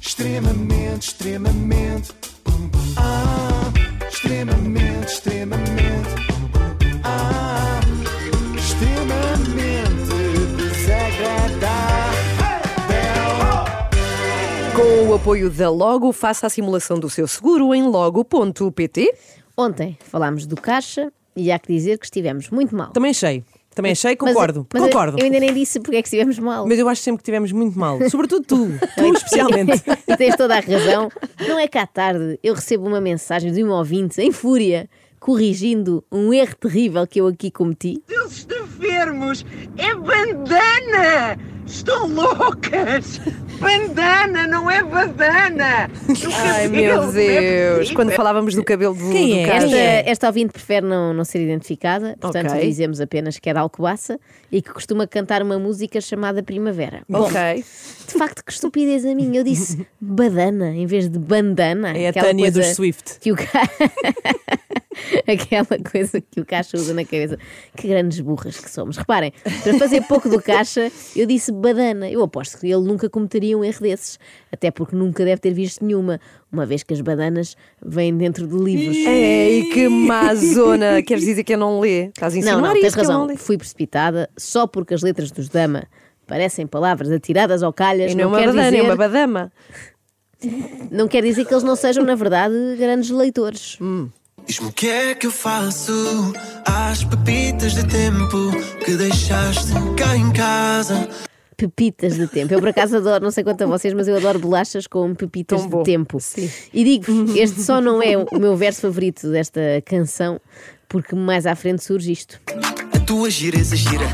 Extremamente, extremamente. Ah, extremamente, extremamente. Ah, extremamente desagradável. Com o apoio da Logo, faça a simulação do seu seguro em logo.pt. Ontem falámos do caixa e há que dizer que estivemos muito mal. Também achei. Também achei, Mas- é- concordo. mas eu- concordo. Eu, ainda nem disse porque é que estivemos mal. Mas eu acho sempre que tivemos muito mal. Sobretudo tu. tu especialmente. Tens toda a razão. Não é que à tarde eu recebo uma mensagem de um ouvinte em fúria corrigindo um erro terrível que eu aqui cometi. Eles enfermos é bandana! Estão loucas! Bandana, não é badana! Do Ai meu cabelo, não é Deus! possível. Quando falávamos do cabelo do, Quem do é? Carlos. Esta, Quem é? esta ouvinte prefere não, não ser identificada, portanto Ok. dizemos apenas que é da Alcobaça e que costuma cantar uma música chamada Primavera. Bom, Ok. de facto, que estupidez a mim. Eu disse badana em vez de bandana. É a aquela Tânia coisa dos Swift. Que o ca... Aquela coisa que o caixa usa na cabeça. Que grandes burras que somos. Reparem, para fazer pouco do caixa, eu disse badana. Eu aposto que ele nunca cometeria um erro desses. Até porque nunca deve ter visto nenhuma, uma vez que as bananas vêm dentro de livros. Ei, que má zona! Queres dizer que eu não lê? Estás a Não, insinuar não, isso tens que eu não razão. lê? Fui precipitada só porque as letras dos Dama parecem palavras atiradas ao calhas. E não é uma quer badana, dizer, é uma badama. não quer dizer que eles não sejam, na verdade, grandes leitores. Diz-me o que é que eu faço às pepitas de tempo que deixaste cá em casa. Pepitas de tempo. Eu, por acaso, adoro, não sei quanto a vocês, mas eu adoro bolachas com pepitas Tão bom. de tempo. E digo-vos, este só não é o meu verso favorito desta canção, porque mais à frente surge isto: A tua gireza gira.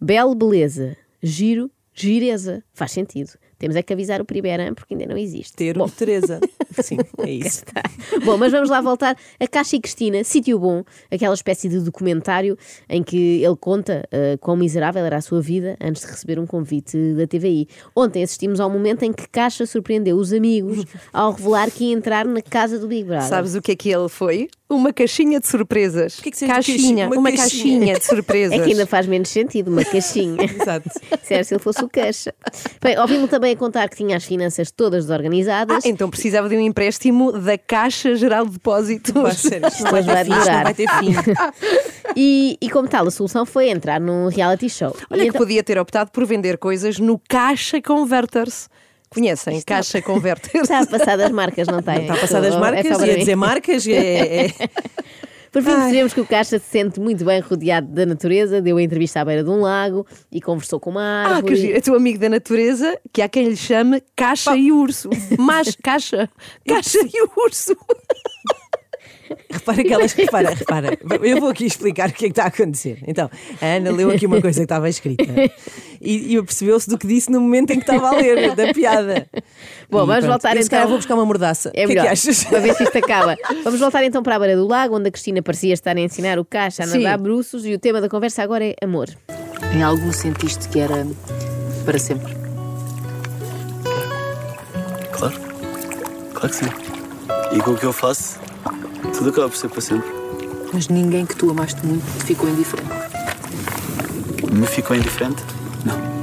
Belo, beleza, giro, gireza. Faz sentido. Temos é que avisar o Primeirão porque ainda não existe. Ter uma Teresa. Sim, é isso. Tá. Bom, mas vamos lá voltar a Caixa e Cristina, Sítio Bom, aquela espécie de documentário em que ele conta ah, quão miserável era a sua vida antes de receber um convite da TVI. Ontem assistimos ao momento em que Caixa surpreendeu os amigos ao revelar que ia entrar na casa do Big Brother. Sabes o que é que ele foi? Uma caixinha de surpresas. O que é que seja caixinha? caixi- uma Uma, caixinha? caixinha. de surpresas. Ah, É que ainda faz menos sentido, uma caixinha. Exato. Se era se ele fosse o caixa. Bem, ouvi-me também a contar que tinha as finanças todas Ah, desorganizadas. então precisava de um empréstimo da Caixa Geral de Depósitos. Pá, sério, então isto não vai Mas vai ter fim, isto não durar. vai ter fim. E, e como tal, a solução foi entrar num reality show. Olha E que então- podia ter optado por vender coisas no Caixa Converters. Conhecem? Caixa Converters. Está a passar das marcas, não está? Está a passar das É só Tá marcas, para ia mim. dizer marcas, é, é- Por fim, percebemos que o Caixa se sente muito bem rodeado da natureza, deu a entrevista à beira de um lago e conversou com uma Ah, que árvore. giro. É teu amigo da natureza, que há quem lhe chame Caixa e Urso. Mas Caixa. Caixa e Urso. Repara que elas. Repara, repara. Eu vou aqui explicar o que é que está a acontecer. Então, a Ana leu aqui uma coisa que estava escrita e, e apercebeu-se do que disse no momento em que estava a ler, da piada. Bom, E vamos pronto. voltar Eu, se calhar então. vou buscar uma mordaça. É o que melhor, é que achas? para ver se isto acaba. Vamos voltar então para a beira do lago, onde a Cristina parecia estar a ensinar o Caixa a Sim. nadar bruços e o tema da conversa agora é amor. Em algum sentiste que era para sempre? Claro, claro que sim. E com o que eu faço, tudo acaba por ser para sempre. Mas ninguém que tu amaste muito te ficou indiferente. Me ficou indiferente? Não.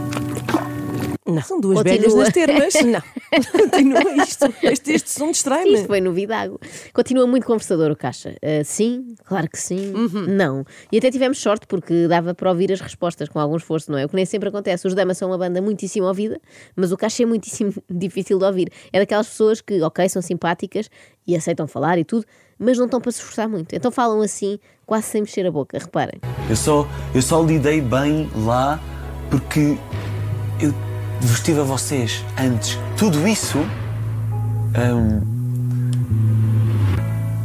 São duas Continua. velhas nas termas. Não. Continua isto. Este, este som distrai-me. Isto foi novidade. Continua muito conversador o Caixa. Ah, sim, claro que sim, não. E até tivemos sorte porque dava para ouvir as respostas com algum esforço, não é? O que nem sempre acontece. Os Damas são uma banda muitíssimo ouvida, mas o Caixa é muitíssimo difícil de ouvir. É daquelas pessoas que, ok, são simpáticas e aceitam falar e tudo, mas não estão para se esforçar muito. Então falam assim, quase sem mexer a boca, reparem. Eu só, eu só lidei bem lá porque eu vos tive a vocês antes. Tudo isso. hum,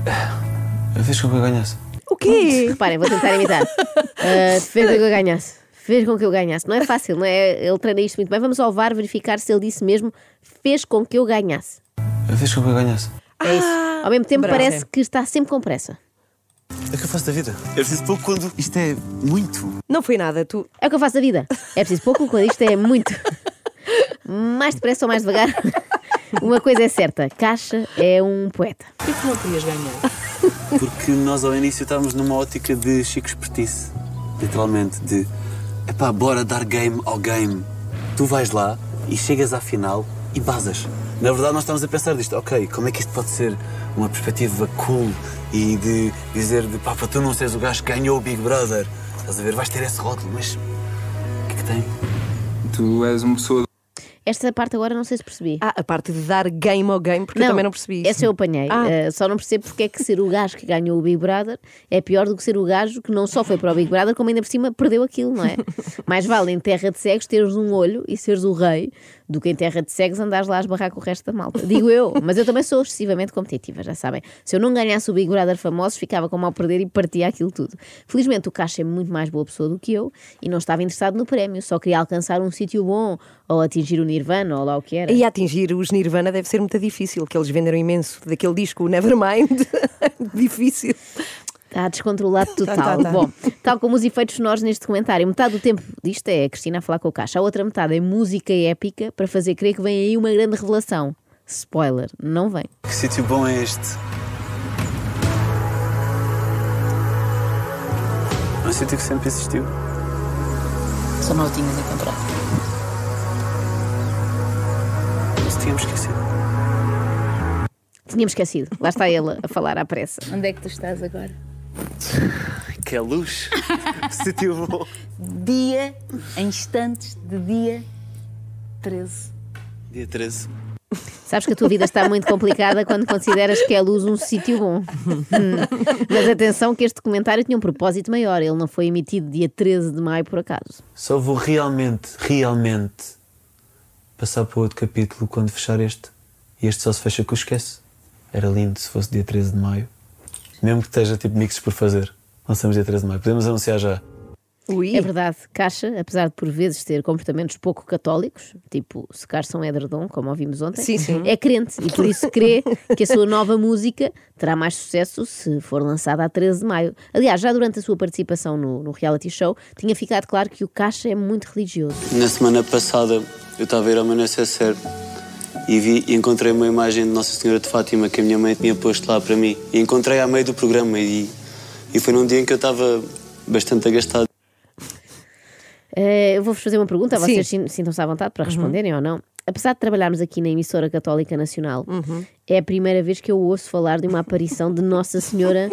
ah, fez com que eu ganhasse. O quê? Reparem, vou tentar imitar. Ah, fez com que eu ganhasse. Fez com que eu ganhasse. Não é fácil, não é? Ele treina isto muito bem. Vamos ao VAR verificar se ele disse mesmo fez com que eu ganhasse. Fez com que eu ganhasse. É isso. Ao mesmo tempo bravo. parece que está sempre com pressa. É o que eu faço da vida. Eu preciso pouco quando. Isto é muito. Não foi nada. Tu, É o que eu faço da vida. É preciso pouco quando isto é muito. Mais depressa ou mais devagar. Uma coisa é certa, Caixa é um poeta. Porquê que não querias ganhar? Porque nós ao início estávamos numa ótica de Chico Espertice, literalmente, de epá, bora dar game ao game. Tu vais lá e chegas à final e vazas. Na verdade, nós estamos a pensar disto, ok, como é que isto pode ser uma perspectiva cool e de dizer de pá, para tu não seres o gajo que ganhou o Big Brother, estás a ver, vais ter esse rótulo, mas o que é que tem? Tu és uma pessoa Esta parte agora não sei se percebi. Ah, a parte de dar game ao game, porque eu também não percebi isso. Essa eu apanhei. Ah. Eh, só não percebo porque é que ser o gajo que ganhou o Big Brother é pior do que ser o gajo que não só foi para o Big Brother, como ainda por cima perdeu aquilo, não é? Mais vale em terra de cegos teres um olho e seres o rei do que em terra de cegos andares lá a esbarrar com o resto da malta. Digo eu, mas eu também sou excessivamente competitiva, já sabem. Se eu não ganhasse o Big Brother famoso, ficava com mal perder e partia aquilo tudo. Felizmente o Caixa é muito mais boa pessoa do que eu e não estava interessado no prémio, só queria alcançar um sítio bom ou atingir o Nirvana ou lá o que era. E atingir os Nirvana deve ser muito difícil, que eles venderam imenso daquele disco o Nevermind. difícil. Está descontrolado total. tá, tá. Bom, tal como os efeitos sonoros neste documentário, metade do tempo disto é a Cristina a falar com o caixa, a outra metade é música épica para fazer crer que vem aí uma grande revelação. Spoiler, não vem. Que sítio bom é este? É um sítio que sempre existiu. Só não o tinhas encontrado. Mas tínhamos esquecido. Tínhamos esquecido. Lá está ela a falar à pressa. Onde é que tu estás agora? Que é luz. sítio bom. Dia, em instantes de dia 13. Dia 13. Sabes que a tua vida está muito complicada quando consideras que é a luz um sítio bom. Hum. Mas atenção que este documentário tinha um propósito maior. Ele não foi emitido dia 13 de maio por acaso. Só vou realmente, realmente passar para outro capítulo quando fechar este. E este só se fecha que eu esqueço. Era lindo se fosse dia 13 de maio. Mesmo que esteja tipo mixes por fazer. Lançamos dia 13 de maio. Podemos anunciar já. Ui. É verdade, Caixa, apesar de por vezes ter comportamentos pouco católicos, tipo secar São Edredom, como ouvimos ontem, Sim, sim. é crente e por isso crê que a sua nova música terá mais sucesso se for lançada a 13 de maio. Aliás, já durante a sua participação no, no reality show, tinha ficado claro que o Caixa é muito religioso. Na semana passada eu estava a ir ao meu necessaire e vi e encontrei uma imagem de Nossa Senhora de Fátima que a minha mãe tinha posto lá para mim. E encontrei a meio do programa e, e foi num dia em que eu estava bastante agastado. Eh, eu vou-vos fazer uma pergunta, Sim. Uhum. vocês sin- sintam-se à vontade para responderem ou não. Apesar de trabalharmos aqui na emissora Católica Nacional, Uhum. é a primeira vez que eu ouço falar de uma aparição de Nossa Senhora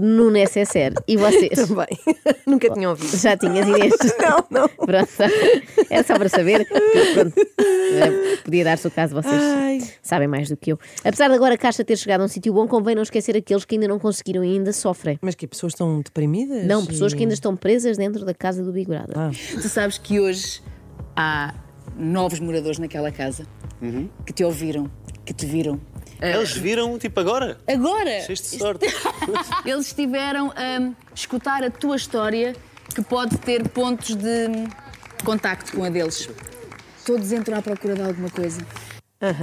no necessaire. E vocês? Também. Nunca tinha ouvido. Já tinhas, Inês? Não, não. Pronto, é só para saber. Pronto. Eh, Podia dar-se o caso, vocês sabem mais do que eu. Apesar de agora a caixa ter chegado a um sítio bom, convém não esquecer aqueles que ainda não conseguiram e ainda sofrem. Mas que pessoas estão deprimidas? Não, pessoas E- que ainda estão presas dentro da casa do Big Brother. Tu sabes que hoje há novos moradores naquela casa que te ouviram, que te viram. É. Eles viram tipo agora? Agora! Cheios de sorte. é Eles estiveram a escutar a tua história, que pode ter pontos de contacto com a deles. Todos entram à procura de alguma coisa.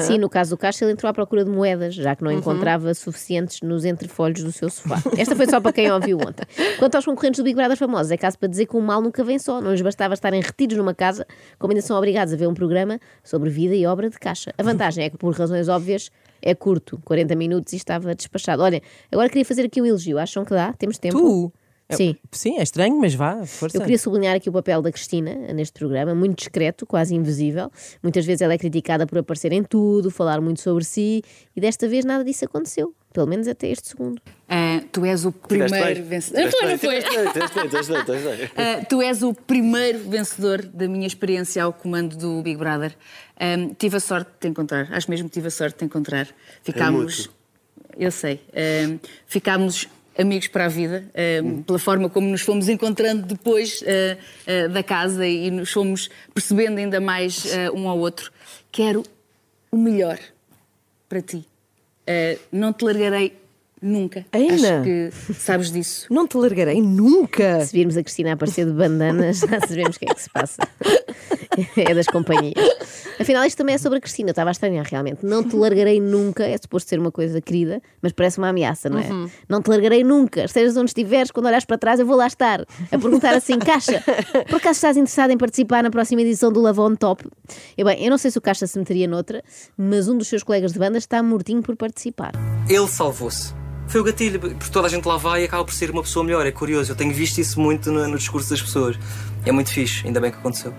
Sim, no caso do caixa, ele entrou à procura de moedas, já que não Uhum. encontrava suficientes nos entrefolhos do seu sofá. Esta foi só para quem ouviu ontem. Quanto aos concorrentes do Big Brother famosos, é caso para dizer que o mal nunca vem só. Não lhes bastava estarem retidos numa casa, como ainda são obrigados a ver um programa sobre vida e obra de caixa. A vantagem é que, por razões óbvias, é curto, 40 minutos e estava despachado. Olha, agora queria fazer aqui um elogio. Acham que dá? Temos tempo? Tu? Sim. Sim, é estranho, mas vá, força. Eu queria sublinhar aqui o papel da Cristina neste programa, muito discreto, quase invisível. Muitas vezes ela é criticada por aparecer em tudo, falar muito sobre si, e desta vez nada disso aconteceu, pelo menos até este segundo. Ah, tu és o primeiro vencedor. Então, Não foi, não foi. Ah, tu és o primeiro vencedor da minha experiência ao comando do Big Brother. Ahm, tive a sorte de te encontrar, acho mesmo que tive a sorte de te encontrar. Ficámos. eu sei. ahm, ficámos amigos para a vida, ahm, pela forma como nos fomos encontrando depois ah, ah, da casa e nos fomos percebendo ainda mais ah, um ao outro. Quero o melhor para ti. Ah, não te largarei nunca. Ainda? Acho que sabes disso. Não te largarei nunca. Se virmos a Cristina aparecer de bandanas, já sabemos o que é que se passa. É das companhias. Afinal, isto também é sobre a Cristina, eu estava a estranhar realmente. Não te largarei nunca, é suposto ser uma coisa querida, mas parece uma ameaça, não é? Não te largarei nunca, estejas onde estiveres, quando olhares para trás, eu vou lá estar. A perguntar assim, Caixa, por acaso estás interessado em participar na próxima edição do Love on Top? Eu, bem, eu não sei se o Caixa se meteria noutra, mas um dos seus colegas de banda está mortinho por participar. Ele salvou-se. Foi o gatilho, porque toda a gente lá vai e acaba por ser uma pessoa melhor. É curioso, eu tenho visto isso muito no, no discurso das pessoas. É muito fixe, ainda bem que aconteceu.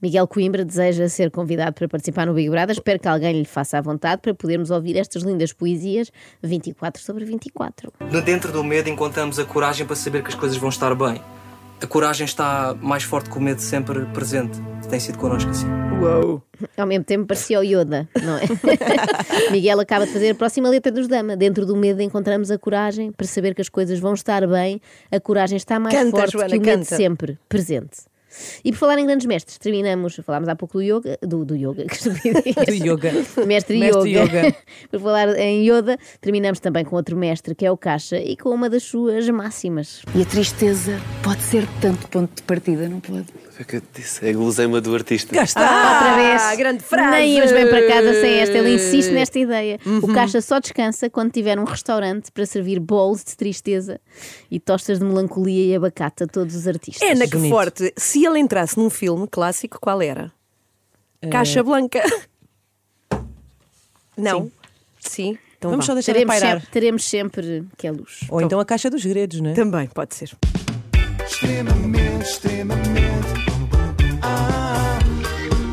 Miguel Coimbra deseja ser convidado para participar no Big Brother. Espero que alguém lhe faça à vontade para podermos ouvir estas lindas poesias 24 sobre 24. No dentro do medo encontramos a coragem para saber que as coisas vão estar bem. A coragem está mais forte que o medo sempre presente. Tem sido connosco assim. Uou! Ao mesmo tempo parecia o Yoda, não é? Miguel acaba de fazer a próxima letra dos Dama. Dentro do medo encontramos a coragem para saber que as coisas vão estar bem. A coragem está mais Canta, forte Joana, que o medo canta. sempre presente. E por falar em grandes mestres, terminamos, falámos há pouco do yoga, do, do yoga, que estupidez. Do yoga. Mestre, Mestre Yoga. Yoga. Por falar em Yoda, terminamos também com outro mestre que é o Caixa e com uma das suas máximas. E a tristeza pode ser tanto ponto de partida, não pode? Foi o que eu te disse. É a guloseima do artista. outra vez. grande frase. Nem íamos bem para casa sem esta. Ele insiste nesta ideia. O caixa só descansa quando tiver um restaurante para servir bolos de tristeza e tostas de melancolia e abacate a todos os artistas. Ana, que Bonito. forte. Se ele entrasse num filme clássico, qual era? Caixa Blanca. Não? Sim. Então Vamos vá. só deixar a teremos, pairar. sempre, teremos sempre que é luz. Ou então a caixa dos gredos, não é? Também pode ser. extremamente, extremamente, ah,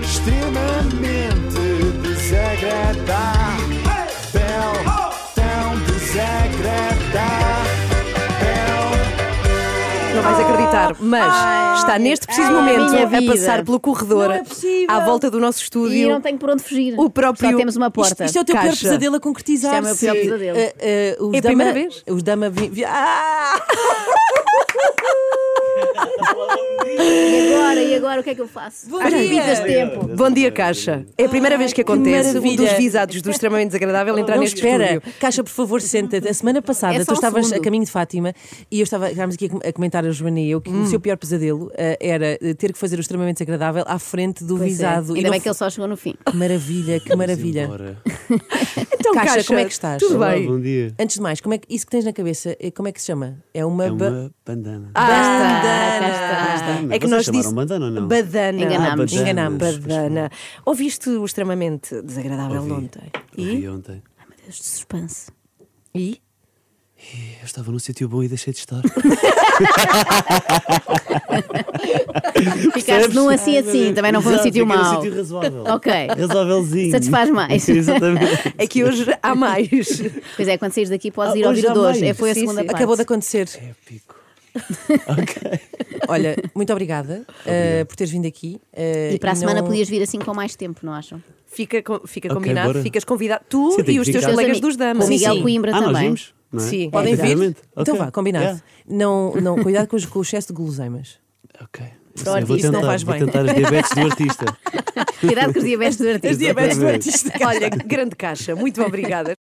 extremamente desagradável, tão desagradável. Não vais acreditar, mas está neste preciso momento minha a vida. passar pelo corredor Não é possível. à volta do nosso E eu estúdio. não tenho por onde fugir. O próprio- Só temos uma porta. Isto, isto é o teu pior Caixa. pesadelo a concretizar-se. Isto é o meu pior pesadelo. Eh, eh, os É a dama- primeira vez? Os dama... vi- vi- Ah! E agora, e agora o que é que eu faço? Bom dia. tempo. é. Bom dia, Caixa. É a primeira vez que que acontece um maravilha. dos visados do extremamente desagradável entrar Não, neste espera. estúdio. Caixa, por favor, senta-te. A semana passada É só tu um estavas segundo. a caminho de Fátima e eu estava, estávamos aqui a com- a comentar a Joana e eu que o seu pior pesadelo eh, era eh, ter que fazer o extremamente desagradável à frente do Pois é. visado. E Ainda não Ah, bem que foi- ele só chegou no fim. Que maravilha, que maravilha. Ora, Então, Caixa, como é que estás? Tudo olá, bem. bom dia. Antes de mais, como é que, isso que tens na cabeça, eh, como é que se chama? É uma, É ba- uma bandana. Ah, Bandana. está. Ah, É que Vocês nós chamaram disse... bandana ou não? Badana. Enganámos. Ah, Enganámos. badanas. Badana. Ouviste o extremamente desagradável Ouvi. ontem? Ouvi ontem. Deus de suspense. E? Eu estava num sítio bom e deixei de estar. Ficaste num assim assim, também não foi um Ah, Exato, sítio fiquei num mau. sítio razoável. Ok. Razoávelzinho. Satisfaz mais. Exatamente. É que hoje há mais. Pois é, quando saís daqui podes Ah, ir ouvir hoje o há dois. mais. É, foi a Sim, segunda sim. parte. Acabou de acontecer. É Épico. Ok. Olha, muito obrigada eh, por teres vindo aqui. eh, E para a semana não- podias vir assim com mais tempo, não acham? Fica, com- fica Ok, combinado, bora. ficas convidado. Tu Sim, e tem que os teus ficar. colegas Seus dos damas. O Miguel Coimbra ah, nós também. vimos? não é? Sim. Podem vir. Exatamente. Então Ok. É, vá, combinado. Yeah. Não, não, cuidado com, os- com o excesso de guloseimas. Ok. o Eu vou artista não tentar, faz vou bem. tentar as diabetes do artista. Cuidado com os diabetes do artista. diabetes do Exatamente. artista. Olha, grande caixa. Muito obrigada.